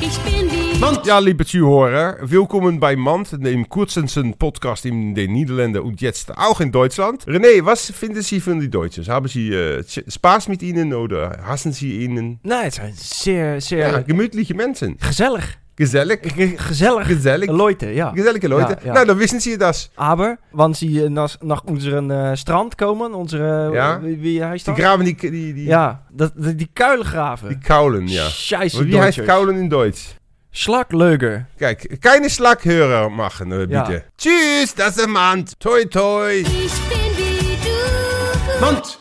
ich bin wie Want ja, liebe Zuhörer, willkommen bei Mand, dem kurzensten Podcast in den Niederlanden und jetzt auch in Deutschland. René, was finden Sie von die Deutschen? Haben Sie äh, Spaß mit ihnen oder hassen Sie ihnen? Nou, het zijn zeer, zeer Ja, gemütliche Menschen. gezellig. Gezellig. Ge- Gezellig. Gezellig. Leute, ja. Gezellige Leute. Ja, ja. Nou, dan wissen Sie das. Aber, wanneer ze nach, nach unseren eh, strand komen, onze, eh, Ja. wie, wie heet Die dat? graven die, die, die, ja, dat, die, die kuilengraven. die Kaulen, ja. Scheisse Wie heißt Deutschers. Kaulen in Deutsch? Slakleuger. Kijk, keine Schlaghörer machen, äh, bitte. Tschüss, das ist Mand. Toi, toi. ich bin wie du. Mand.